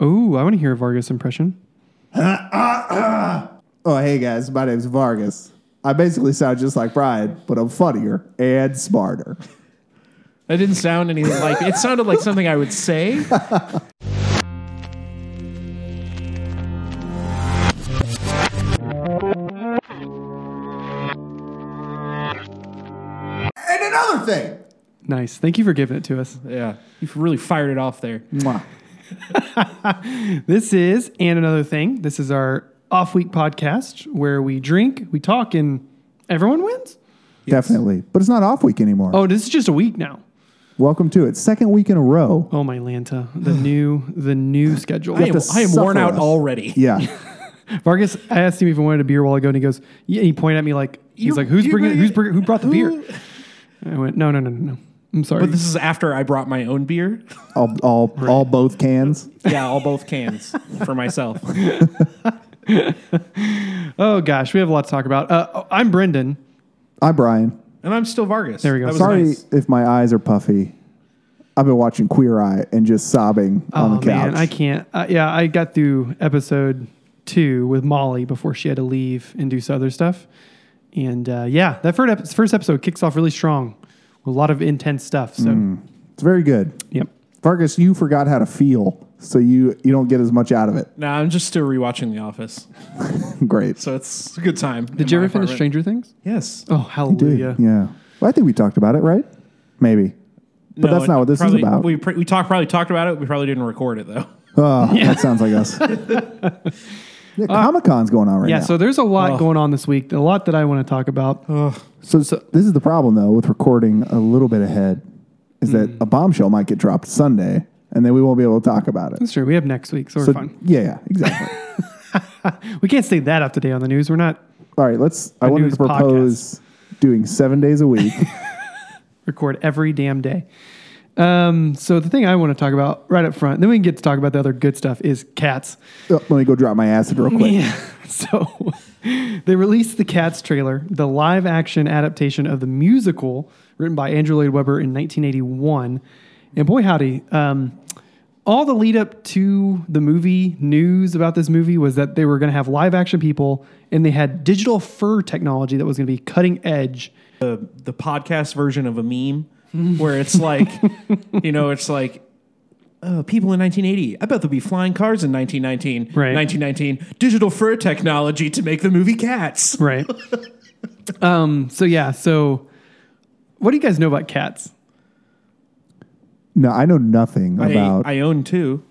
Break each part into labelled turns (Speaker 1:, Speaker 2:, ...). Speaker 1: Oh, I want to hear a Vargas impression.
Speaker 2: Oh, hey guys, my name's Vargas. I basically sound just like Brian, but I'm funnier and smarter.
Speaker 3: That didn't sound anything like it. Sounded like something I would say.
Speaker 2: And another thing.
Speaker 1: Nice. Thank you for giving it to us.
Speaker 3: Yeah, you really fired it off there.
Speaker 2: Mwah.
Speaker 1: This is And Another Thing. This is our off week podcast where we drink, we talk, and everyone wins.
Speaker 2: Definitely. But it's not off week anymore.
Speaker 1: Oh, this is just a week now.
Speaker 2: Welcome to it. Second week in a row.
Speaker 1: Oh my Lanta, the new the new schedule.
Speaker 3: I am,
Speaker 2: to
Speaker 3: I am worn
Speaker 2: suffer
Speaker 3: out
Speaker 2: us.
Speaker 3: already.
Speaker 2: Yeah.
Speaker 1: Vargas, I asked him if he wanted a beer a while ago, and he goes, yeah, he pointed at me like he's
Speaker 3: You-
Speaker 1: like, who's
Speaker 3: you
Speaker 1: bringing,
Speaker 3: bring
Speaker 1: who's
Speaker 3: it-
Speaker 1: bringing, who brought the
Speaker 3: who-
Speaker 1: beer? I went, no, no, no, no, no. I'm sorry.
Speaker 3: But this is after I brought my own beer.
Speaker 2: all, all, all both cans.
Speaker 3: Yeah, all both cans for myself.
Speaker 1: oh gosh, we have a lot to talk about. Uh, I'm Brendan.
Speaker 2: I'm Brian.
Speaker 3: And I'm still Vargas.
Speaker 1: There we go.
Speaker 3: That was
Speaker 2: Sorry
Speaker 3: nice.
Speaker 2: if my eyes are puffy. I've been watching Queer Eye and just sobbing on
Speaker 1: Oh
Speaker 2: the couch.
Speaker 1: man, I can't. Uh, yeah, I got through episode two with Molly before she had to leave and do some other stuff. And uh, yeah, that first, ep- first episode kicks off really strong with a lot of intense stuff. So,
Speaker 2: Mm. It's very good.
Speaker 1: yep.
Speaker 2: Vargas, you forgot how to feel, so you you don't get as much out of it.
Speaker 3: Nah, I'm just still rewatching The Office,
Speaker 2: Great.
Speaker 3: so it's a good time.
Speaker 1: Did you ever finish Stranger Things?
Speaker 3: Yes.
Speaker 1: Oh, hallelujah.
Speaker 2: Dude, yeah. Well, I think we talked about it, right? Maybe. But
Speaker 3: No,
Speaker 2: that's not what this
Speaker 3: probably-
Speaker 2: is about.
Speaker 3: We pr- we talked probably talked about it. We probably didn't record it though.
Speaker 2: Oh, that sounds like us. yeah, Comic Con's going on right
Speaker 1: Uh, Yeah,
Speaker 2: now.
Speaker 1: so there's a
Speaker 2: Oh.
Speaker 1: lot going on this week, a lot that I want to talk about.
Speaker 2: So, this is the problem though with recording a little bit ahead, is that
Speaker 1: Hmm.
Speaker 2: a bombshell might get dropped Sunday, and then we won't be able to talk about it.
Speaker 1: That's true. We have next week, so we're
Speaker 2: So,
Speaker 1: fine.
Speaker 2: yeah, yeah, exactly.
Speaker 1: We can't stay that up to date on the news. We're not
Speaker 2: All right, let's. I wanted
Speaker 1: news
Speaker 2: to propose doing seven days a week.
Speaker 1: record every damn day. Um, so the thing I want to talk about right up front, then we can get to talk about the other good stuff is cats.
Speaker 2: Oh, let me go drop my acid real quick.
Speaker 1: Yeah. So they released the Cats trailer, the live action adaptation of the musical written by Andrew Lloyd Webber in 1981. And boy, howdy. Um, all the lead up to the movie news about this movie was that they were going to have live action people and they had digital fur technology that was going to be cutting edge.
Speaker 3: The podcast version of a meme where it's like, you know, it's like. Oh, people in 1980. I bet there'll be flying cars in 1919.
Speaker 1: Right.
Speaker 3: 1919. Digital fur technology to make the movie Cats.
Speaker 1: Right. um, so, yeah. So, what do you guys know about cats?
Speaker 2: No, I know nothing
Speaker 3: I,
Speaker 2: about.
Speaker 3: I own two.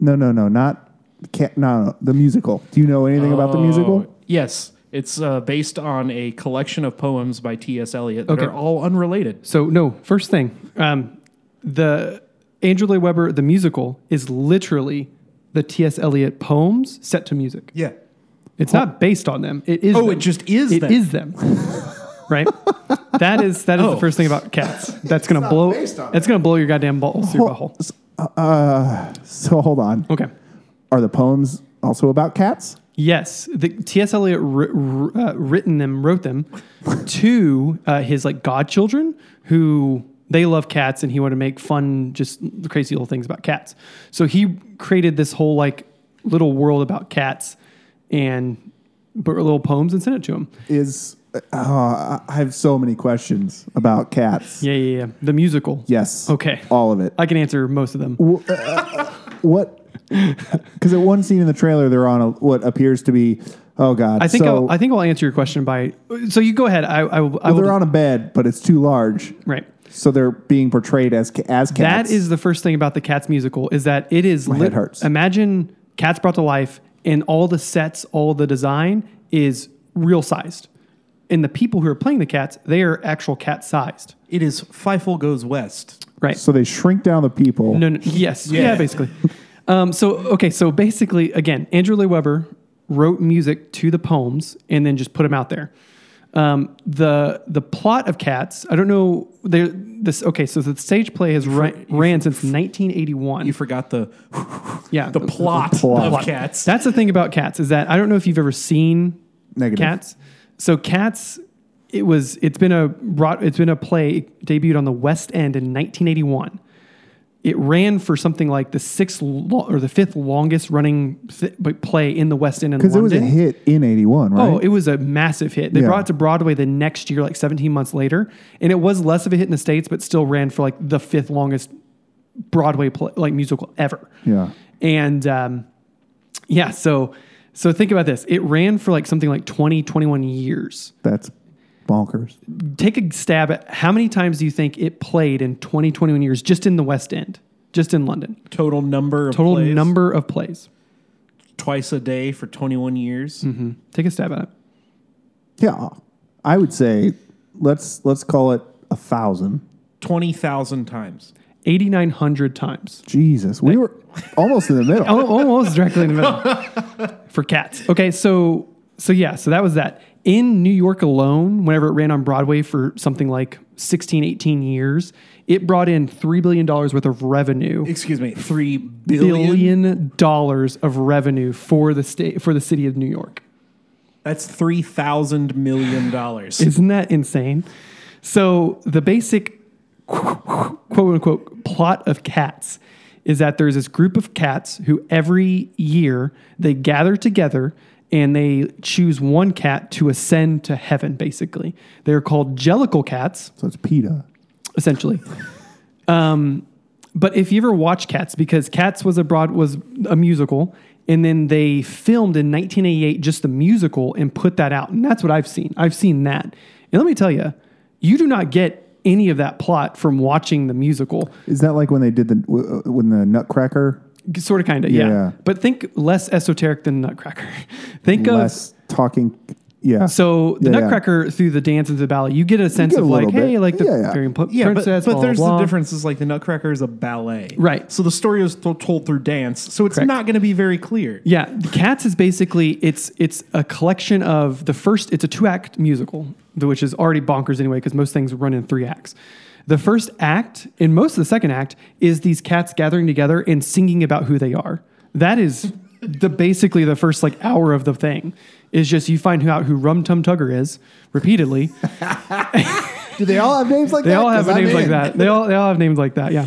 Speaker 2: no, no, no, not. Can't, no, no, the musical. Do you know anything about
Speaker 1: Oh.
Speaker 2: the musical?
Speaker 3: Oh, Yes, it's uh, based on a collection of poems by T.S. Eliot that
Speaker 1: Okay.
Speaker 3: are all unrelated.
Speaker 1: So no, first thing, um, the Andrew Lloyd Webber the musical is literally the T.S. Eliot poems set to music.
Speaker 3: Yeah.
Speaker 1: It's not based on them. It is.
Speaker 3: Oh,
Speaker 1: them.
Speaker 3: it just is
Speaker 1: It
Speaker 3: them.
Speaker 1: is them. right. That is that is
Speaker 3: Oh.
Speaker 1: the first thing about cats. That's gonna
Speaker 2: not
Speaker 1: blow.
Speaker 2: based on
Speaker 1: That's gonna blow your goddamn balls through a hole.
Speaker 3: Oh.
Speaker 2: Uh, so hold on.
Speaker 1: Okay.
Speaker 2: Are the poems also about cats?
Speaker 1: Yes, the T.S. Eliot wr- wr- uh, written them, wrote them to uh, his like godchildren who they love cats and he wanted to make fun, just crazy little things about cats. So he created this whole like little world about cats and put little poems and sent it to him.
Speaker 2: Is uh, I I have so many questions about cats.
Speaker 1: Yeah, yeah, yeah. The musical.
Speaker 2: Yes.
Speaker 1: Okay.
Speaker 2: All of it.
Speaker 1: I can answer most of them.
Speaker 2: what? Because at one scene in the trailer, they're on a, what appears to be. Oh God!
Speaker 1: I think
Speaker 2: so,
Speaker 1: I'll, I think I'll answer your question by. So you go ahead. I, I, will- I
Speaker 2: well,
Speaker 1: will.
Speaker 2: they're on a bed, but it's too large,
Speaker 1: right.
Speaker 2: so they're being portrayed as ca- as
Speaker 1: That
Speaker 2: cats.
Speaker 1: is the first thing about the Cats musical is that it is
Speaker 2: head hurts.
Speaker 1: Imagine Cats brought to life, and all the sets, all the design is real sized, and the people who are playing the cats, they are actual cat sized.
Speaker 3: It is Feifel Goes West.
Speaker 1: Right.
Speaker 2: so they shrink down the people.
Speaker 1: No, no. Yes. Yeah,
Speaker 3: Yeah.
Speaker 1: basically. Um, so, okay. So basically, again, Andrew Lee Weber wrote music to the poems and then just put them out there. Um, the the plot of Cats, I don't know. There, this okay. So the stage play has ra- ran since 1981.
Speaker 3: You forgot the
Speaker 1: yeah,
Speaker 3: the plot,
Speaker 2: plot.
Speaker 3: of
Speaker 2: Plot.
Speaker 3: Cats.
Speaker 1: That's the thing about cats is that I don't know if you've ever seen
Speaker 2: Negative.
Speaker 1: cats. So cats, it was it's been a broad, it's been a play it debuted on the West End in 1981. it ran for something like the sixth lo- or the fifth longest running th- play in the West End in
Speaker 2: Because
Speaker 1: London.
Speaker 2: it was a hit in 81, right?
Speaker 1: Oh, it was a massive hit. They
Speaker 2: Yeah.
Speaker 1: brought it to Broadway the next year, like 17 months later, and it was less of a hit in the states, but still ran for like the fifth longest Broadway play, like musical ever.
Speaker 2: yeah.
Speaker 1: And um, yeah, so so think about this. It ran for like something like 20, 21 years.
Speaker 2: That's bonkers.
Speaker 1: Take a stab at how many times do you think it played in 20, 21 years just in the West End, just in London?
Speaker 3: Total number of
Speaker 1: Total
Speaker 3: plays,
Speaker 1: number of plays.
Speaker 3: twice a day for 21 years.
Speaker 1: Take a stab at it.
Speaker 2: Yeah. I would say let's let's call it a thousand.
Speaker 3: 20,000 times.
Speaker 1: 8,900 times.
Speaker 2: Jesus. We were almost in the middle.
Speaker 1: Al- almost directly in the middle for cats. Okay, so so yeah, so that was that. In New York alone, whenever it ran on Broadway for something like 16, 18 years, it brought in $3 billion worth of revenue.
Speaker 3: Excuse me, 3 billion.
Speaker 1: Billion dollars of revenue for the state for the city of New York.
Speaker 3: That's 3,000 million dollars.
Speaker 1: Isn't that insane? So the basic quote unquote plot of cats is that there's this group of cats who every year they gather together and they choose one cat to ascend to heaven basically they're called jellicle cats
Speaker 2: So it's PETA.
Speaker 1: essentially um, but if you ever watch cats because cats was a broad was a musical and then they filmed in 1988 just the musical and put that out and that's what i've seen i've seen that and let me tell you you do not get any of that plot from watching the musical
Speaker 2: Is that like when they did the w- uh, when the Nutcracker
Speaker 1: sort of kind of yeah.
Speaker 2: Yeah.
Speaker 1: but think less esoteric than nutcracker think of
Speaker 2: less talking? Yeah.
Speaker 1: so the
Speaker 2: Yeah, yeah.
Speaker 1: nutcracker through the dance and the ballet you get a sense
Speaker 2: get
Speaker 1: of
Speaker 2: a
Speaker 1: like
Speaker 2: little
Speaker 1: hey
Speaker 2: bit.
Speaker 1: like the
Speaker 2: Yeah, yeah.
Speaker 1: fairy po-
Speaker 3: yeah, but,
Speaker 1: princess
Speaker 3: but
Speaker 1: blah,
Speaker 3: there's
Speaker 1: blah,
Speaker 3: the
Speaker 1: blah.
Speaker 3: difference is like the Nutcracker is a ballet.
Speaker 1: Right.
Speaker 3: So the story is to- told through dance. So it's
Speaker 1: Correct.
Speaker 3: not going to be very clear.
Speaker 1: Yeah, the Cats is basically it's it's a collection of the first. It's a two act musical, th- which is already bonkers anyway because most things run in three acts. The first act and most of the second act is these cats gathering together and singing about who they are. That is the basically the first like hour of the thing is just you find out who Rum Tum Tugger is repeatedly.
Speaker 2: do they all have names like
Speaker 1: They
Speaker 2: that?
Speaker 1: all have
Speaker 2: 'Cause I'm
Speaker 1: names like
Speaker 2: in.
Speaker 1: that. They all they all have names like that. Yeah.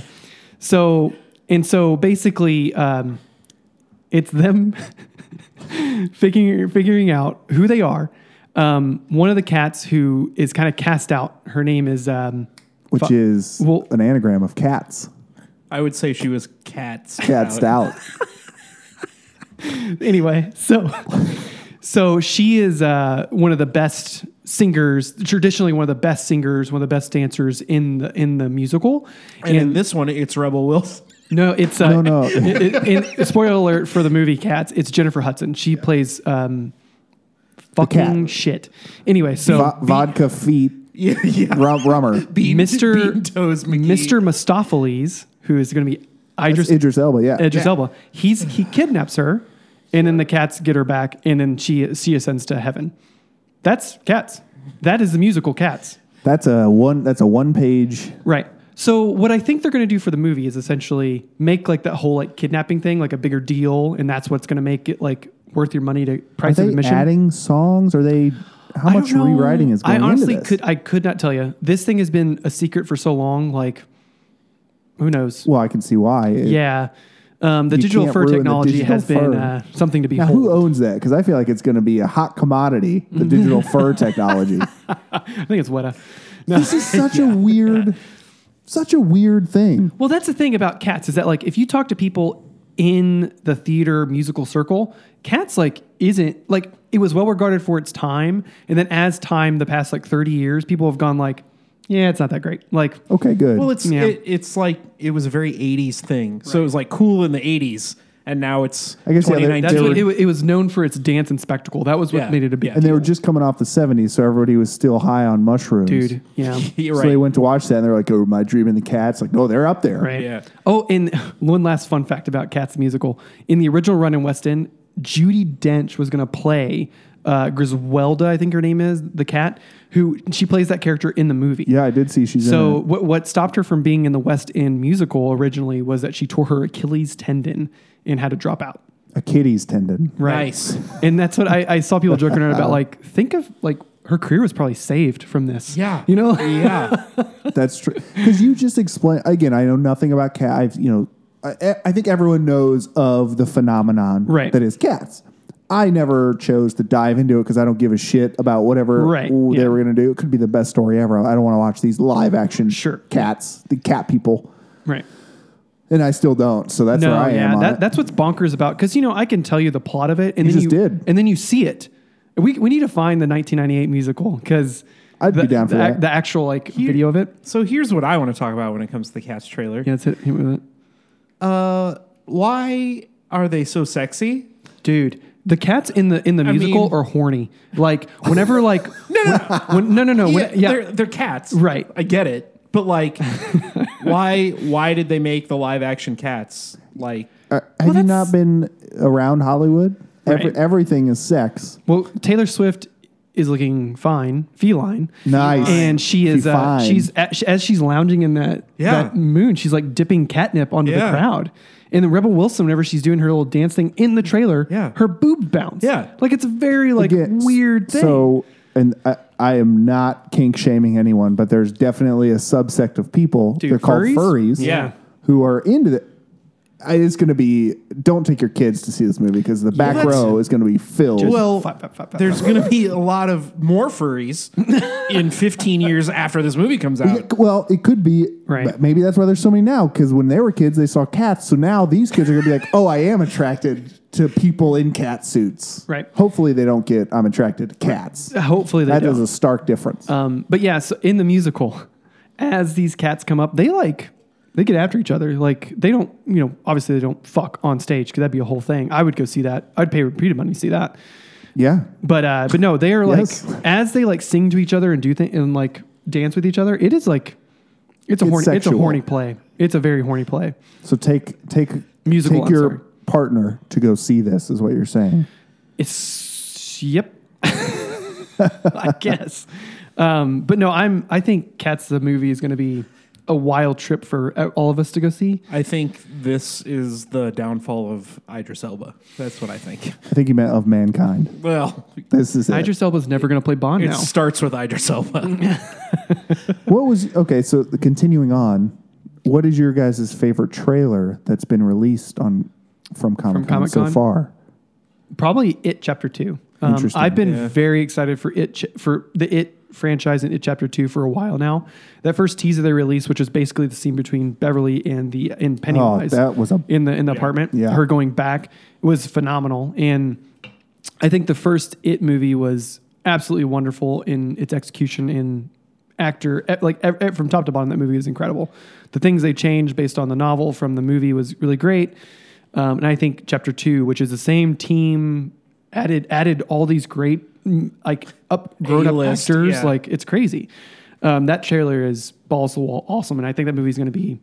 Speaker 1: So and so basically, um, it's them figuring figuring out who they are. Um, one of the cats who is kind of cast out. Her name is um,
Speaker 2: Which
Speaker 1: fu-
Speaker 2: is
Speaker 1: Well-
Speaker 2: an anagram of cats.
Speaker 3: I would say she was cats.
Speaker 2: Cats out.
Speaker 1: anyway, so so she is uh, one of the best singers, traditionally one of the best singers, one of the best dancers in the in the musical.
Speaker 3: And in this one, it's Rebel Wilson.
Speaker 1: No, it's uh,
Speaker 2: No, no.
Speaker 1: it- it- in- spoiler alert for the movie Cats. It's Jennifer Hudson. She plays um, fucking
Speaker 2: cat.
Speaker 1: shit. Anyway, so
Speaker 2: Vo- vodka feet.
Speaker 3: Yeah, yeah.
Speaker 2: Rum, rummer.
Speaker 3: Bean-
Speaker 1: Mr.
Speaker 3: Bean Toes McGee.
Speaker 1: Mr. Mistopheles, who is going to be Idris
Speaker 2: Idris Elba. Yeah.
Speaker 1: Idris Elba, he's he kidnaps her, and then the cats get her back, and then she she ascends to heaven. That's Cats. That is the musical Cats.
Speaker 2: That's a one. That's a one page.
Speaker 1: Right. So what I think they're going to do for the movie is essentially make like that whole like kidnapping thing like a bigger deal, and that's what's going to make it like worth your money to
Speaker 2: Are
Speaker 1: price of
Speaker 2: they
Speaker 1: admission.
Speaker 2: adding songs? Are they? How
Speaker 1: I
Speaker 2: much
Speaker 1: don't know.
Speaker 2: rewriting is going
Speaker 1: I honestly
Speaker 2: into this?
Speaker 1: could I could not tell you. This thing has been a secret for so long. Like, who knows?
Speaker 2: well, I can see why. It-
Speaker 1: yeah. Um, the
Speaker 2: You
Speaker 1: digital
Speaker 2: can't
Speaker 1: fur
Speaker 2: ruin the
Speaker 1: technology
Speaker 2: digital
Speaker 1: has been
Speaker 2: fur.
Speaker 1: uh, something to
Speaker 2: Now,
Speaker 1: behold.
Speaker 2: who owns that? Because I feel like it's going to be a hot commodity,
Speaker 1: Mm-hmm.
Speaker 2: the digital fur technology.
Speaker 1: I think it's Weta.
Speaker 2: This is such a weird, such a weird thing.
Speaker 1: Well, that's the thing about cats is that like if you talk to people in the theater musical circle, cats like isn't like it was well regarded for its time, and then as time the past like thirty years, people have gone like, yeah, it's not that great. Like
Speaker 2: Okay, good.
Speaker 3: Well, it's
Speaker 1: Yeah.
Speaker 3: it, it's like it was a very '80s thing. So it was like cool in the '80s, and now it's
Speaker 2: I guess, yeah, they-
Speaker 3: 2019.
Speaker 1: that's
Speaker 2: They
Speaker 1: what
Speaker 2: were-
Speaker 1: it, wa- it was known for its dance and spectacle. That was what
Speaker 3: Yeah,
Speaker 1: made it a big
Speaker 3: yeah.
Speaker 2: and they were just coming off the '70s, so everybody was still high on mushrooms,
Speaker 1: dude. Yeah.
Speaker 3: You're
Speaker 2: So
Speaker 3: right.
Speaker 2: they went to watch that, and they're like, "Oh, my dream and the cats." Like, no, they're up there.
Speaker 1: Right.
Speaker 3: Yeah.
Speaker 1: Oh, and one last fun fact about Cats the musical: in the original run in West End, Judy Dench was going to play uh, Griswelda, I think her name is, the cat, who she plays that character in the movie.
Speaker 2: Yeah, I did see she's
Speaker 1: So
Speaker 2: in it.
Speaker 1: what what stopped her from being in the West End musical originally was that she tore her Achilles tendon and had to drop out.
Speaker 2: a kitty's tendon.
Speaker 1: Right.
Speaker 3: Nice.
Speaker 1: And that's what I, I saw people joking around about. Like, think of like her career was probably saved from this.
Speaker 3: Yeah.
Speaker 1: You know?
Speaker 3: yeah.
Speaker 2: That's true. Because you just explain again. I know nothing about cat. I've you know, I, e, I think everyone knows of the phenomenon
Speaker 1: Right.
Speaker 2: that is cats. I never chose to dive into it because I don't give a shit about whatever
Speaker 1: Right,
Speaker 2: ooh,
Speaker 1: yeah.
Speaker 2: they were going to do. It could be the best story ever. I don't want to watch these live action
Speaker 1: Sure.
Speaker 2: cats, the cat people,
Speaker 1: Right.
Speaker 2: and I still don't. So that's
Speaker 1: No,
Speaker 2: where I
Speaker 1: yeah,
Speaker 2: am. on
Speaker 1: that,
Speaker 2: it.
Speaker 1: that's what's bonkers about. Because you know, I can tell you the plot of it, and
Speaker 2: You
Speaker 1: then
Speaker 2: just
Speaker 1: you
Speaker 2: did.
Speaker 1: and then you see it. We we need to find the 1998 musical because
Speaker 2: I'd
Speaker 1: the,
Speaker 2: be down for
Speaker 1: the, ac-
Speaker 2: that.
Speaker 1: The actual like video of it.
Speaker 3: So here's what I want to talk about when it comes to the Cats trailer.
Speaker 1: Yeah, that's it. Hit me with it.
Speaker 3: Uh, why are they so sexy?
Speaker 1: Dude, the cats in the in the
Speaker 3: I
Speaker 1: musical
Speaker 3: mean-
Speaker 1: are horny. Like whenever like no no when, no no
Speaker 3: Oh,
Speaker 1: no when- yeah.
Speaker 3: They're, they're cats.
Speaker 1: Right.
Speaker 3: I get it. But like, why why did they make the live action cats? Like,
Speaker 2: Uh, have you
Speaker 1: that's-
Speaker 2: not been around Hollywood? Every,
Speaker 1: Right.
Speaker 2: everything is sex.
Speaker 1: Well, Taylor Swift is looking fine, feline.
Speaker 2: Nice.
Speaker 1: And she is uh,
Speaker 2: Fine.
Speaker 1: she's as as she's lounging in that,
Speaker 3: Yeah.
Speaker 1: that moon, she's like dipping catnip onto
Speaker 3: Yeah.
Speaker 1: the crowd. And then Rebel Wilson, whenever she's doing her little dance thing in the trailer,
Speaker 3: Yeah.
Speaker 1: her boob bounce.
Speaker 3: Yeah.
Speaker 1: Like it's a very like
Speaker 2: Again, s-
Speaker 1: weird thing.
Speaker 2: So, and I, I am not kink shaming anyone, but there's definitely a subsect of people.
Speaker 1: Dude,
Speaker 2: They're called
Speaker 1: furries?
Speaker 2: furries.
Speaker 3: Yeah.
Speaker 2: Who are into the. I, it's going to be. Don't take your kids to see this movie because the back
Speaker 3: That's-
Speaker 2: row is going to be filled.
Speaker 3: well,
Speaker 1: Flap, flap, flap, flap,
Speaker 3: there's going to be a lot of more furries in 15 years after this movie comes
Speaker 2: Yeah,
Speaker 3: out.
Speaker 2: well, it could be.
Speaker 1: Right.
Speaker 2: but Maybe that's why there's so many now because when they were kids, they saw cats. So now these kids are going to be like, oh, I am attracted to people in cat suits.
Speaker 1: Right.
Speaker 2: Hopefully they don't get, I'm attracted to cats.
Speaker 1: Hopefully they
Speaker 2: That
Speaker 1: don't.
Speaker 2: is a stark difference.
Speaker 1: Um, but yeah, so in the musical, as these cats come up, they like they get after each other. Like they don't, you know, obviously they don't fuck on stage because that'd be a whole thing. I would go see that. I'd pay repeated money to see that.
Speaker 2: yeah.
Speaker 1: But uh, but no, they are like
Speaker 2: Yes.
Speaker 1: as they like sing to each other and do things and like dance with each other. It is like it's a
Speaker 2: It's
Speaker 1: horny it's a
Speaker 2: sexual.
Speaker 1: horny play. It's a very horny play.
Speaker 2: So take take
Speaker 1: Musical,
Speaker 2: take
Speaker 1: I'm
Speaker 2: your
Speaker 1: sorry.
Speaker 2: partner to go see this is what you're saying.
Speaker 1: It's yep. I guess. Um, but no, I'm. I think Cats the movie is going to be a wild trip for uh, all of us to go see.
Speaker 3: I think this is the downfall of Idris Elba. That's what I think.
Speaker 2: I think you meant of mankind.
Speaker 3: Well,
Speaker 2: This is it.
Speaker 1: Idris Elba's never going to play Bond
Speaker 3: it
Speaker 1: now.
Speaker 3: starts with Idris Elba.
Speaker 2: what was okay? So the- continuing on, what is your guys' favorite trailer that's been released on from Comic Con so
Speaker 1: Comic-Con?
Speaker 2: far?
Speaker 1: Probably It Chapter Two. Um,
Speaker 2: Interesting.
Speaker 1: I've been
Speaker 3: Yeah.
Speaker 1: very excited for It ch- for the It franchise and It Chapter Two for a while now. That first teaser they released, which was basically the scene between Beverly and the and Pennywise.
Speaker 2: Oh, that was a-
Speaker 1: in the in the apartment.
Speaker 2: Yeah.
Speaker 1: her going back was phenomenal, and I think the first It movie was absolutely wonderful in its execution in actor e- like e- e- from top to bottom that movie is incredible the things they changed based on the novel from the movie was really great um, and i think chapter two which is the same team added added all these great mm, like up grown up
Speaker 3: A-list,
Speaker 1: actors
Speaker 3: yeah.
Speaker 1: like it's crazy um, that trailer is balls to the wall awesome and i think that movie's going to be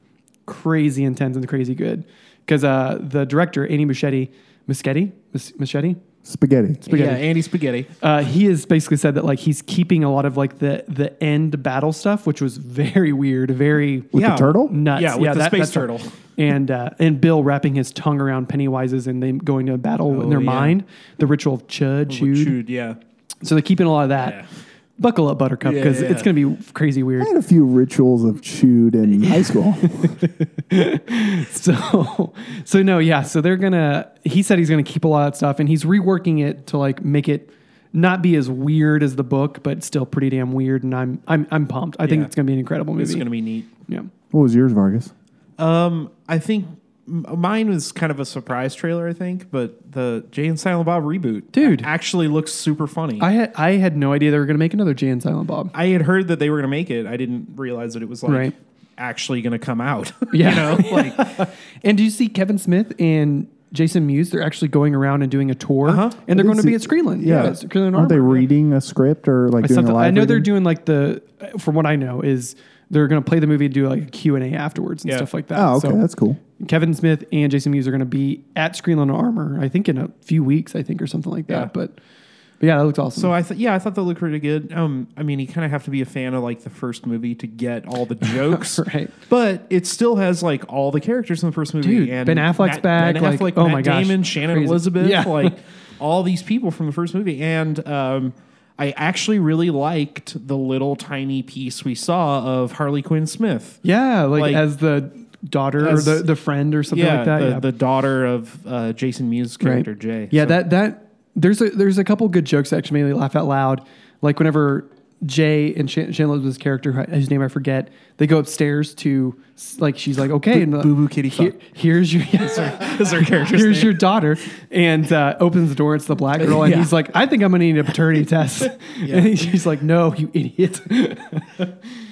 Speaker 1: crazy intense and crazy good because uh, the director annie muschetti muschetti Mus- muschetti
Speaker 2: Spaghetti.
Speaker 3: yeah, Andy Spaghetti.
Speaker 1: uh, he has basically said that like he's keeping a lot of like the the end battle stuff, which was very weird, very
Speaker 2: With
Speaker 3: Yeah.
Speaker 2: the turtle?
Speaker 1: nuts.
Speaker 3: Yeah, with the space
Speaker 1: that's-
Speaker 3: turtle.
Speaker 1: and uh, and Bill wrapping his tongue around Pennywise's and them going to a battle in their
Speaker 3: Oh, yeah.
Speaker 1: mind, the ritual of chud, chewed.
Speaker 3: Chewed, yeah.
Speaker 1: So they're keeping a lot of that.
Speaker 3: Yeah.
Speaker 1: Buckle up, Buttercup,
Speaker 3: Yeah,
Speaker 1: because
Speaker 3: yeah.
Speaker 1: it's going to be crazy weird.
Speaker 2: I had a few rituals of chewed in high school.
Speaker 1: So, so no, yeah. So they're gonna. He said he's gonna keep a lot of that stuff, and he's reworking it to like make it not be as weird as the book, but still pretty damn weird. And I'm, I'm, I'm pumped. I think
Speaker 3: Yeah.
Speaker 1: it's gonna be an incredible movie.
Speaker 3: It's going to be neat.
Speaker 1: yeah.
Speaker 2: What was yours, Vargas?
Speaker 3: Um, I think m- mine was kind of a surprise trailer. I think, but the Jay and Silent Bob reboot,
Speaker 1: Dude.
Speaker 3: actually looks super funny.
Speaker 1: I
Speaker 3: I,
Speaker 1: had, I had no idea they were gonna make another Jay and Silent Bob.
Speaker 3: had heard that they were going to make it. I didn't realize that it was like
Speaker 1: Right.
Speaker 3: actually going to come out.
Speaker 1: Yeah.
Speaker 3: you know, like
Speaker 1: And do you see Kevin Smith and Jason Mewes? They're actually going around and doing a tour,
Speaker 3: Uh-huh.
Speaker 1: and they're
Speaker 2: did
Speaker 1: going to
Speaker 2: see-
Speaker 1: be at Screenland. it's Screenland
Speaker 2: Aren't they
Speaker 1: Armour.
Speaker 2: reading a script or like doing a
Speaker 1: Something-
Speaker 2: live
Speaker 1: I know they're
Speaker 2: reading?
Speaker 1: doing like the, from what I know is they're going to play the movie and do like a Q&A afterwards and
Speaker 3: Yeah.
Speaker 1: stuff like that.
Speaker 2: Oh, okay.
Speaker 1: So-
Speaker 2: that's cool.
Speaker 1: Kevin Smith and Jason Mewes are going to be at Screenland Armor, I think in a few weeks, I think, or something like that.
Speaker 3: Yeah.
Speaker 1: But, but yeah, that looks awesome.
Speaker 3: so I thought, yeah, I thought that looked pretty good. Um, I mean, you kind of have to be a fan of like the first movie to get all the jokes,
Speaker 1: Right.
Speaker 3: But it still has like all the characters from the first movie.
Speaker 1: Dude,
Speaker 3: and
Speaker 1: Ben Affleck's
Speaker 3: Matt,
Speaker 1: back,
Speaker 3: Ben
Speaker 1: like,
Speaker 3: Affleck,
Speaker 1: oh
Speaker 3: Matt
Speaker 1: my gosh,
Speaker 3: Damon, Shannon
Speaker 1: crazy.
Speaker 3: Elizabeth,
Speaker 1: Yeah.
Speaker 3: like all these people from the first movie, and um, I actually really liked the little tiny piece we saw of Harley Quinn Smith.
Speaker 1: Yeah, like,
Speaker 3: Like-
Speaker 1: as the daughter
Speaker 3: As-
Speaker 1: or the, the friend or something like that.
Speaker 3: the,
Speaker 1: yeah,
Speaker 3: the daughter of uh, Jason Mewes character Jay.
Speaker 1: Yeah,
Speaker 3: So-
Speaker 1: that that there's a there's a couple good jokes that actually made me laugh out loud. Like whenever Jay and Sh- Shannon Elizabeth's character, who- whose name I forget, they go upstairs to like she's like, okay, and the-
Speaker 3: Boo Boo Kitty
Speaker 1: here-
Speaker 3: Fuck.
Speaker 1: here's your yes,
Speaker 3: is her character's
Speaker 1: Here's
Speaker 3: name.
Speaker 1: your daughter, and uh, opens the door. It's the black girl, and
Speaker 3: Yeah.
Speaker 1: he's like, "I think I'm gonna need a paternity test." And she's like, "No, you idiot."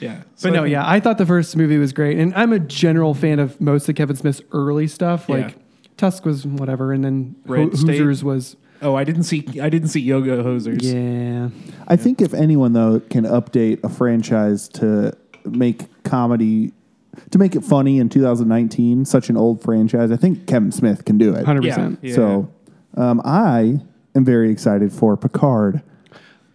Speaker 3: yeah. So
Speaker 1: But no,
Speaker 3: I think-
Speaker 1: yeah, I thought the first movie was great, and I'm a general fan of most of Kevin Smith's early stuff. Like
Speaker 3: Yeah.
Speaker 1: Tusk was whatever, and then Ho-
Speaker 3: Red State.
Speaker 1: Hoosiers was
Speaker 3: Oh, I didn't see. I didn't see Yoga Hosers.
Speaker 1: yeah.
Speaker 2: I think if anyone though can update a franchise to make comedy to make it funny in 2019, such an old franchise, I think Kevin Smith can do it.
Speaker 1: Hundred
Speaker 3: Yeah.
Speaker 1: percent.
Speaker 3: yeah.
Speaker 2: So, um, I am very excited for Picard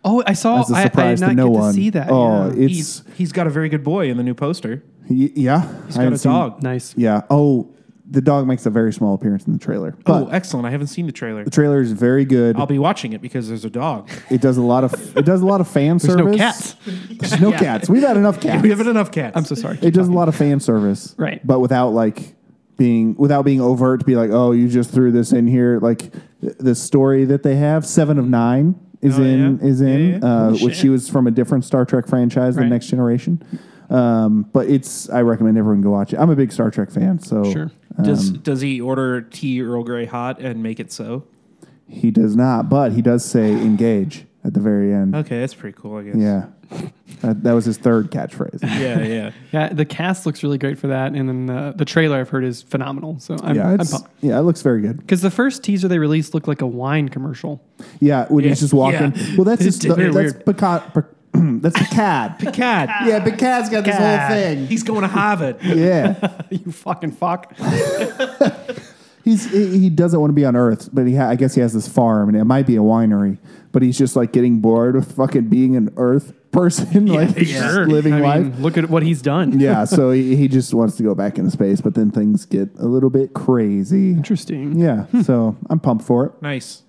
Speaker 1: Oh, I saw.
Speaker 2: as a
Speaker 1: I, I did
Speaker 2: surprise
Speaker 1: not
Speaker 2: to no
Speaker 1: get
Speaker 2: one.
Speaker 1: to see that.
Speaker 2: oh,
Speaker 1: yeah.
Speaker 2: it's
Speaker 3: he's he's got a very good boy in the new poster.
Speaker 2: y- yeah.
Speaker 3: He's got a dog.
Speaker 1: nice.
Speaker 2: Yeah. Oh, the dog makes a very small appearance in the trailer. But
Speaker 3: Oh, excellent! I haven't seen the trailer.
Speaker 2: the trailer is very good.
Speaker 3: I'll be watching it because there's a dog.
Speaker 2: It does a lot of it does a lot of fan
Speaker 1: There's
Speaker 2: service.
Speaker 1: no cats.
Speaker 2: There's no cats. We've had enough cats.
Speaker 3: we haven't enough cats.
Speaker 1: I'm so sorry.
Speaker 2: it does a lot of fan service,
Speaker 1: Right.
Speaker 2: But without like being without being overt to be like, oh, you just threw this in here. Like th- the story that they have, Seven of Nine is
Speaker 3: Oh,
Speaker 2: in
Speaker 3: yeah?
Speaker 2: is in,
Speaker 3: Yeah, yeah.
Speaker 2: Uh,
Speaker 3: Holy
Speaker 2: which
Speaker 3: shit.
Speaker 2: she was from a different Star Trek franchise, The
Speaker 1: Right.
Speaker 2: Next Generation. Um, but it's I recommend everyone go watch it. I'm a big Star Trek fan, so
Speaker 1: Sure. Um,
Speaker 3: Does does he order tea Earl Grey hot and make it so?
Speaker 2: he does not, but he does say engage at the very end.
Speaker 3: Okay, that's pretty cool. I guess.
Speaker 2: Yeah, that, that was his third catchphrase.
Speaker 3: Yeah. Yeah.
Speaker 1: Yeah, the cast looks really great for that, and then the, the trailer I've heard is phenomenal. So I'm,
Speaker 2: yeah,
Speaker 1: I'm
Speaker 2: it's,
Speaker 1: pumped.
Speaker 2: yeah, it looks very good.
Speaker 1: Because the first teaser they released looked like a wine commercial.
Speaker 2: Yeah, when he's
Speaker 3: Yeah.
Speaker 2: just walking.
Speaker 3: Yeah.
Speaker 2: Well, that's
Speaker 3: It's
Speaker 2: just,
Speaker 3: very
Speaker 2: that's
Speaker 3: weird.
Speaker 2: Picard. Pic- that's Picard.
Speaker 3: Cat.
Speaker 2: yeah, Picard's got this
Speaker 1: Picard.
Speaker 2: whole thing.
Speaker 3: He's going to Harvard.
Speaker 2: Yeah,
Speaker 1: you fucking fuck.
Speaker 2: he's he he doesn't want to be on Earth, but he ha- I guess he has this farm, and it might be a winery. But he's just like getting bored with fucking being an Earth person, like he's just
Speaker 3: sure.
Speaker 2: living
Speaker 1: I
Speaker 2: life.
Speaker 1: mean, look at what he's done.
Speaker 2: yeah, so he, he just wants to go back into space, but then things get a little bit crazy.
Speaker 1: Interesting.
Speaker 2: Yeah, so I'm pumped for it.
Speaker 3: Nice.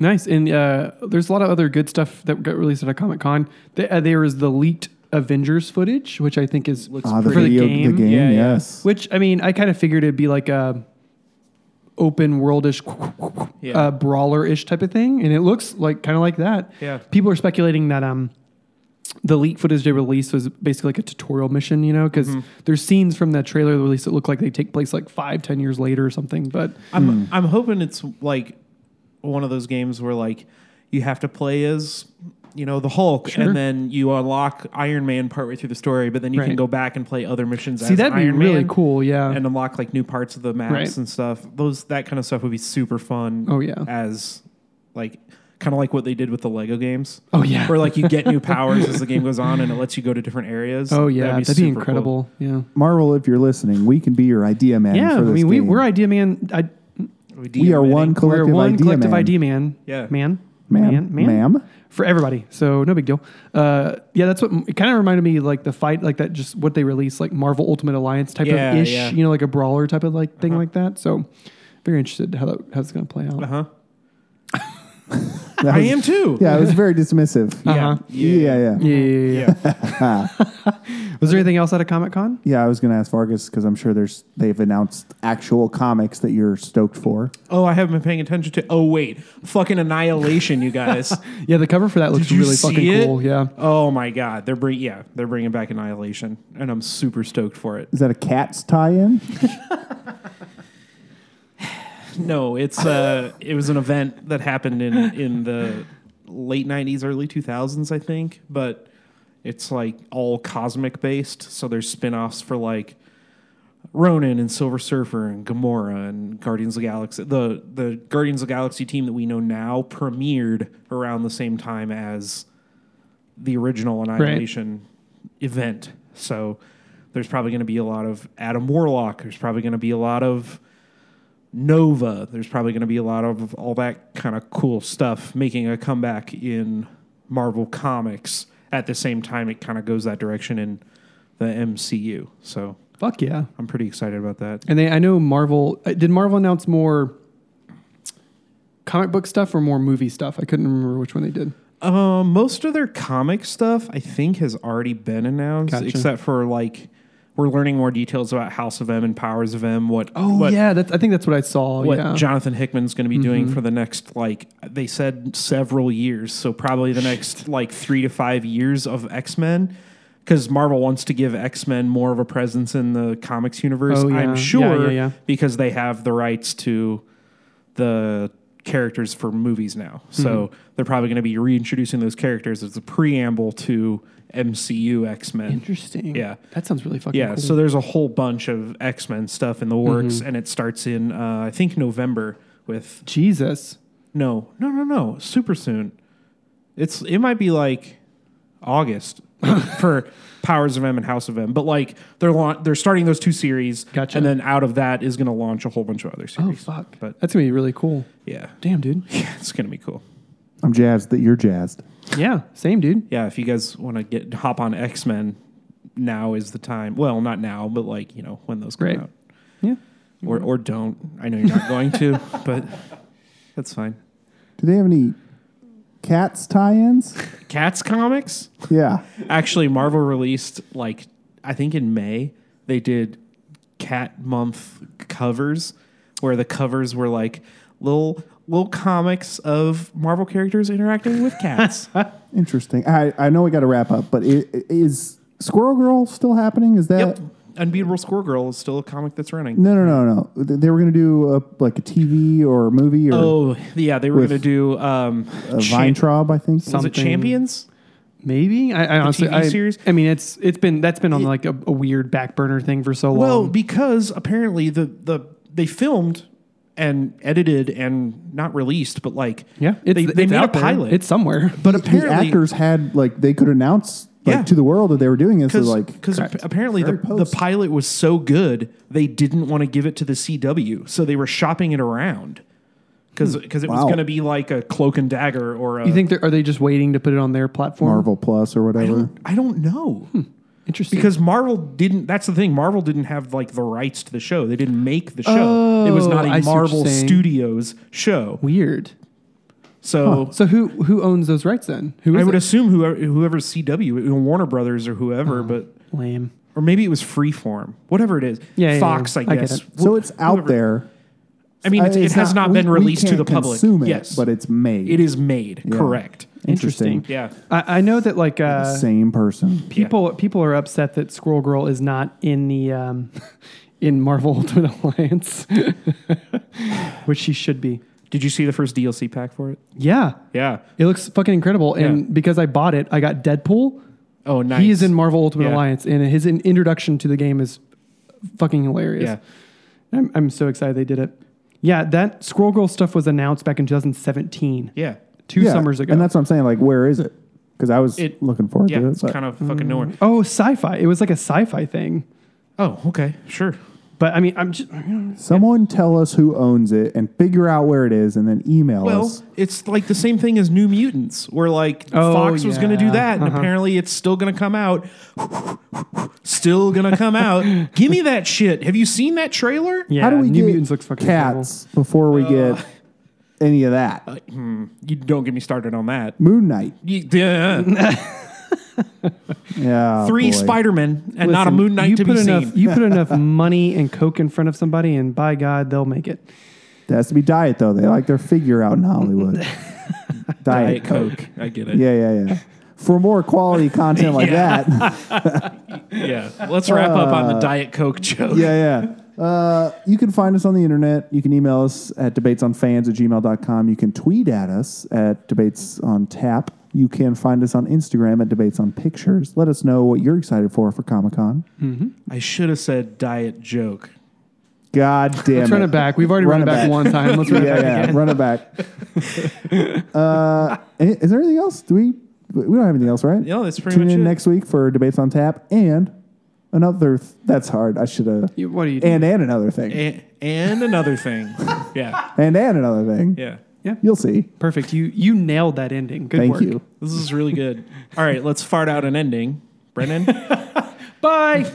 Speaker 1: Nice. And uh, there's a lot of other good stuff that got released at a Comic Con. The, uh, there was the leaked Avengers footage, which I think is looks
Speaker 2: Ah, the
Speaker 1: for
Speaker 2: video,
Speaker 1: the game.
Speaker 2: the game,
Speaker 3: Yeah, yeah.
Speaker 2: yes.
Speaker 1: Which I mean, I kind of figured it'd be like a open worldish
Speaker 3: Yeah.
Speaker 1: uh, brawler ish type of thing, and it looks like kind of like that.
Speaker 3: Yeah.
Speaker 1: People are speculating that um, the leak footage they released was basically like a tutorial mission, you know, because
Speaker 3: Mm-hmm.
Speaker 1: there's scenes from that trailer release that look like they take place like five, ten years later or something. But
Speaker 3: I'm
Speaker 1: Hmm.
Speaker 3: I'm hoping it's like one of those games where like you have to play as you know the Hulk,
Speaker 1: Sure.
Speaker 3: and then you unlock Iron Man partway through the story, but then you can
Speaker 1: Right.
Speaker 3: go back and play other missions.
Speaker 1: see,
Speaker 3: as
Speaker 1: that'd
Speaker 3: Iron
Speaker 1: be really
Speaker 3: Man
Speaker 1: cool. Yeah.
Speaker 3: and unlock like new parts of the maps
Speaker 1: Right.
Speaker 3: and stuff. Those that kind of stuff would be super fun.
Speaker 1: Oh, yeah.
Speaker 3: as like kind of like what they did with the Lego games.
Speaker 1: Oh, yeah.
Speaker 3: where like you get new powers as the game goes on, and it lets you go to different areas.
Speaker 1: oh yeah, that'd be,
Speaker 3: super cool.
Speaker 1: incredible. Yeah.
Speaker 2: Marvel, if you're listening, we can be your idea man.
Speaker 1: Yeah, I
Speaker 2: for this
Speaker 1: mean, we,
Speaker 2: game.
Speaker 1: we're idea man. I,
Speaker 2: We are one collective
Speaker 1: we're one
Speaker 2: idea
Speaker 1: collective
Speaker 2: man.
Speaker 1: idea man.
Speaker 3: Yeah.
Speaker 1: man,
Speaker 2: Ma'am.
Speaker 1: man, man,
Speaker 2: Ma'am.
Speaker 1: for everybody. So no big deal. Uh, yeah, that's what it kind of reminded me like the fight, like that, just what they released, like Marvel Ultimate Alliance type
Speaker 3: Yeah,
Speaker 1: of ish,
Speaker 3: yeah.
Speaker 1: you know, like a brawler type of like thing like that. So very interested how that how it's going to play out.
Speaker 3: Uh huh.
Speaker 2: That
Speaker 3: I
Speaker 2: was-
Speaker 3: am too.
Speaker 2: Yeah, it was very dismissive.
Speaker 1: Uh-huh.
Speaker 2: Yeah, yeah, yeah.
Speaker 1: Yeah, yeah, yeah,
Speaker 3: Yeah.
Speaker 1: yeah. Was there anything else at a Comic Con?
Speaker 2: I was going to ask Vargas because I'm sure there's they've announced actual comics that you're stoked for.
Speaker 3: Oh, I haven't been paying attention to. Oh wait, fucking annihilation, you guys.
Speaker 1: Yeah, the cover for that looks
Speaker 3: Did you
Speaker 1: really
Speaker 3: see
Speaker 1: fucking
Speaker 3: it?
Speaker 1: cool. Yeah.
Speaker 3: Oh my god, they're bring yeah, they're bringing back annihilation, and I'm super stoked for it.
Speaker 2: Is that a cat's tie-in?
Speaker 3: No, it's uh, it was an event that happened in in the late '90s, early 2000s, I think. But it's like all cosmic based, so there's spin-offs for like Ronan and Silver Surfer and Gamora and Guardians of the Galaxy. The the Guardians of the Galaxy team that we know now premiered around the same time as the original Annihilation event. So there's probably going to be a lot of Adam Warlock. There's probably going to be a lot of Nova. There's probably going to be a lot of all that kind of cool stuff making a comeback in Marvel Comics. At the same time, it kind of goes that direction in the MCU. So
Speaker 1: Fuck yeah.
Speaker 3: I'm pretty excited about that.
Speaker 1: And they, I know Marvel. uh, Did Marvel announce more comic book stuff or more movie stuff? I couldn't remember which one they did.
Speaker 3: Um, most of their comic stuff, I think, has already been announced,
Speaker 1: Gotcha.
Speaker 3: except for like we're learning more details about House of M and Powers of M. What?
Speaker 1: Oh
Speaker 3: what,
Speaker 1: yeah, that's, I think that's what I saw.
Speaker 3: What
Speaker 1: yeah. Mm-hmm.
Speaker 3: Jonathan Hickman's going to be doing for the next like they said several years, so probably the next like three to five years of X Men. Because Marvel wants to give X Men more of a presence in the comics universe,
Speaker 1: Oh, yeah. Yeah,
Speaker 3: I'm sure,
Speaker 1: yeah, yeah.
Speaker 3: because they have the rights to the characters for movies now.
Speaker 1: Mm-hmm.
Speaker 3: So they're probably going to be reintroducing those characters as a preamble to MCU X Men.
Speaker 1: Interesting.
Speaker 3: Yeah.
Speaker 1: that sounds really fucking.
Speaker 3: Yeah,
Speaker 1: cool.
Speaker 3: so there's a whole bunch of X Men stuff in the
Speaker 1: Mm-hmm.
Speaker 3: works, and it starts in uh, I think November with
Speaker 1: Jesus.
Speaker 3: no, no, no, no, super soon. It's it might be like August for Powers of M and House of M, but like they're launch they're starting those two series,
Speaker 1: Gotcha.
Speaker 3: and then out of that is going to launch a whole bunch of other
Speaker 1: Oh
Speaker 3: series.
Speaker 1: fuck,
Speaker 3: But
Speaker 1: that's gonna be really cool.
Speaker 3: yeah,
Speaker 1: Damn, dude.
Speaker 3: yeah, it's going to be cool.
Speaker 2: I'm jazzed that you're jazzed.
Speaker 1: Yeah, same dude.
Speaker 3: Yeah, if you guys want to get hop on X Men, now is the time. Well, not now, but like you know when those come
Speaker 1: Right.
Speaker 3: out.
Speaker 1: Yeah.
Speaker 3: or or don't. I know you're not going to, but that's fine.
Speaker 2: Do they have any cats tie-ins?
Speaker 3: Cats comics.
Speaker 2: Yeah.
Speaker 3: Actually, Marvel released like I think in May they did Cat Month covers, where the covers were like little little comics of Marvel characters interacting with cats.
Speaker 2: Interesting. I, I know we got to wrap up, but i- i- is Squirrel Girl still happening? Is that
Speaker 3: yep, Unbeatable Squirrel Girl is still a comic that's running.
Speaker 2: no no no no? They they were going to do a, like a TV or a movie or
Speaker 3: Oh yeah, they were
Speaker 2: With-
Speaker 3: gonna do um,
Speaker 2: a Weintraub, I think.
Speaker 3: was it
Speaker 1: something.
Speaker 3: Champions?
Speaker 1: Maybe I, I honestly,
Speaker 3: TV
Speaker 1: I,
Speaker 3: series?
Speaker 1: I mean, it's it's been that's been on like a, a weird back burner thing for so
Speaker 3: Well,
Speaker 1: long.
Speaker 3: because apparently the the they filmed and edited and not released, but like
Speaker 1: yeah, it's,
Speaker 3: they,
Speaker 1: it's
Speaker 3: they made
Speaker 1: out
Speaker 3: a
Speaker 1: there.
Speaker 3: pilot.
Speaker 1: It's somewhere.
Speaker 3: but
Speaker 2: The- the
Speaker 3: apparently
Speaker 2: actors had like they could announce like
Speaker 3: Yeah.
Speaker 2: to the world that they were doing it. So
Speaker 3: because
Speaker 2: like
Speaker 1: correct.
Speaker 3: apparently the,
Speaker 2: Very
Speaker 3: the
Speaker 2: post.
Speaker 3: pilot was so good they didn't want to give it to the CW, so they were shopping it around because it was
Speaker 2: Wow.
Speaker 3: going to be like a cloak and dagger or a
Speaker 1: Hmm. You think they're, are they just waiting to put it on their platform?
Speaker 2: Marvel Plus or
Speaker 3: I
Speaker 2: whatever.
Speaker 3: don't, I don't know
Speaker 1: Hmm. Interesting.
Speaker 3: because Marvel didn't. That's the thing. Marvel didn't have like the rights to the show. They didn't make the show. it was
Speaker 1: Oh,
Speaker 3: not
Speaker 1: I
Speaker 3: a
Speaker 1: see what you're
Speaker 3: Marvel
Speaker 1: saying.
Speaker 3: Studios show.
Speaker 1: weird.
Speaker 3: So
Speaker 1: So who who owns those rights then? Who is
Speaker 3: I would
Speaker 1: it?
Speaker 3: assume whoever, whoever CW, you know, Warner Brothers or whoever,
Speaker 1: Uh-huh.
Speaker 3: but
Speaker 1: lame.
Speaker 3: or maybe it was Freeform, whatever it is.
Speaker 1: Yeah, yeah,
Speaker 3: Fox,
Speaker 1: yeah. I
Speaker 3: I
Speaker 1: get
Speaker 3: guess.
Speaker 1: it.
Speaker 2: So it's out
Speaker 3: Whoever-
Speaker 2: there.
Speaker 3: I mean,
Speaker 2: Uh,
Speaker 3: it's, it
Speaker 2: it's
Speaker 3: has not,
Speaker 2: we-
Speaker 3: been
Speaker 2: we
Speaker 3: released to
Speaker 2: can't
Speaker 3: the public.
Speaker 2: Consume it,
Speaker 3: yes,
Speaker 2: but it's made.
Speaker 3: it is made. Correct.
Speaker 1: Interesting.
Speaker 3: Yeah.
Speaker 1: I, I know that like uh,
Speaker 2: Same person.
Speaker 1: people people are upset that Squirrel Girl is not in the um, in Marvel Ultimate Alliance, which she should be.
Speaker 3: Did you see the first DLC pack for it?
Speaker 1: Yeah,
Speaker 3: Yeah.
Speaker 1: it looks fucking incredible. And because I bought it, I got Deadpool.
Speaker 3: Oh, nice.
Speaker 1: He is in Marvel Ultimate
Speaker 3: Yeah.
Speaker 1: Alliance, and his in- introduction to the game is fucking hilarious.
Speaker 3: Yeah.
Speaker 1: I'm, I'm so excited they did it. Yeah, that Squirrel Girl stuff was announced back in 2017,
Speaker 3: Yeah.
Speaker 1: two summers ago.
Speaker 2: And that's what I'm saying. Like, where is it? Because I was
Speaker 3: It-
Speaker 2: looking forward
Speaker 3: Yeah.
Speaker 2: to it.
Speaker 3: It's
Speaker 2: but-
Speaker 3: kind of fucking nowhere.
Speaker 2: Mm.
Speaker 1: oh, sci-fi. It was like a sci-fi thing.
Speaker 3: Oh, okay. Sure.
Speaker 1: But I mean, I'm just
Speaker 2: Someone tell us who owns it and figure out where it is and then email
Speaker 3: Well,
Speaker 2: us.
Speaker 3: it's like the same thing as New Mutants, where like
Speaker 1: Oh,
Speaker 3: Fox was going to
Speaker 1: yeah.
Speaker 3: do that, and apparently it's still going to come out. still going to come out. Give me that shit. Have you seen that trailer?
Speaker 1: yeah.
Speaker 2: How do we
Speaker 1: New
Speaker 2: get
Speaker 1: Mutants looks fucking terrible.
Speaker 2: cats before we
Speaker 3: Uh,
Speaker 2: get any of that?
Speaker 3: You don't get me started on that.
Speaker 2: Moon Knight.
Speaker 3: You- yeah.
Speaker 2: Yeah.
Speaker 3: Three
Speaker 2: boy.
Speaker 3: Spider Men and not a
Speaker 1: Listen,
Speaker 3: Moon Knight
Speaker 1: you
Speaker 3: to
Speaker 1: put
Speaker 3: be
Speaker 1: enough,
Speaker 3: seen.
Speaker 1: You put enough money and coke in front of somebody, and by God, they'll make it.
Speaker 2: That has to be diet though. They like their figure out in Hollywood. diet,
Speaker 3: Diet
Speaker 2: Coke.
Speaker 3: Coke. I get it.
Speaker 2: Yeah, yeah, yeah. For more quality content like that.
Speaker 3: Yeah. Let's wrap up on the Diet Coke joke.
Speaker 2: yeah, yeah. Uh, you can find us on the internet. You can email us at debatesonfans at gmail.com. You can tweet at us at debates on tap. You can find us on Instagram at debates on pictures. Let us know what you're excited for for Comic Con.
Speaker 3: I should have said diet joke.
Speaker 2: God damn
Speaker 1: Let's
Speaker 2: it.
Speaker 1: run it back. We've already run, it back, one time. Let's run it
Speaker 2: yeah,
Speaker 1: back
Speaker 2: yeah.
Speaker 1: again.
Speaker 2: Run it back. uh, is there anything else? Do we? We don't have anything else, right?
Speaker 3: No, that's pretty
Speaker 2: Tune
Speaker 3: much
Speaker 2: in
Speaker 3: it.
Speaker 2: next week for debates on tap and another. Th- that's hard. I should have.
Speaker 1: You- What are you? Doing?
Speaker 2: And and another thing.
Speaker 3: And, and another thing. Yeah.
Speaker 2: and and another thing.
Speaker 3: Yeah.
Speaker 2: You'll see.
Speaker 1: Perfect. You you nailed that ending. Good
Speaker 2: Thank
Speaker 1: work.
Speaker 2: you.
Speaker 3: This is really good. All right, let's fart out an ending. Brennan?
Speaker 1: Bye.